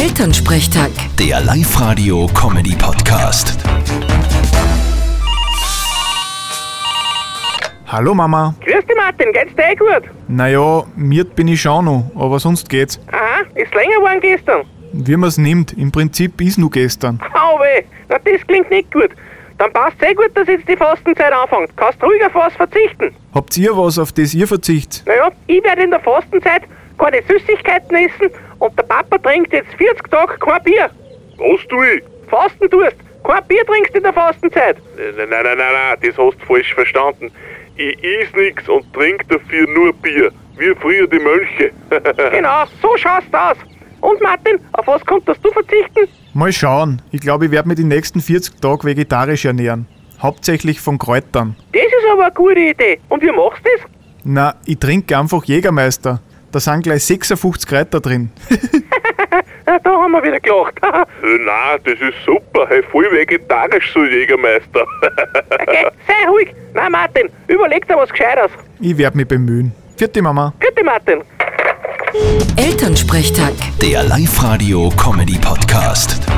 Elternsprechtag. Der Live-Radio-Comedy-Podcast. Hallo Mama. Grüß dich, Martin. Geht's dir eh gut? Naja, miert bin ich schon noch, aber sonst geht's. Aha, ist länger geworden gestern. Wie man's nimmt, im Prinzip ist nur gestern. Au weh, na das klingt nicht gut. Dann passt eh gut, dass jetzt die Fastenzeit anfängt. Kannst ruhig auf was verzichten. Habt ihr was, auf das ihr verzichtet? Naja, ich werde in der Fastenzeit keine Süßigkeiten essen und der Papa trinkt jetzt 40 Tage kein Bier. Was tu ich? Fasten tust, kein Bier trinkst in der Fastenzeit. Nein, nein, nein, nein, nein, das hast du falsch verstanden. Ich is nix und trink dafür nur Bier. Wie früher die Mönche. Genau, so schaust aus. Und Martin, auf was konntest du verzichten? Mal schauen. Ich glaube, ich werde mich die nächsten 40 Tage vegetarisch ernähren. Hauptsächlich von Kräutern. Das ist aber eine gute Idee. Und wie machst du das? Na, ich trinke einfach Jägermeister. Da sind gleich 56 Kräuter drin. Ah, Da haben wir wieder gelacht. Äh, nein, das ist super. Hey, voll vegetarisch so Jägermeister. okay, Eh, sei ruhig. Nein, Martin, überleg dir was Gescheites. Ich werde mich bemühen. Vierte Mama. Bitte, Martin. Elternsprechtag. Der Live-Radio-Comedy-Podcast.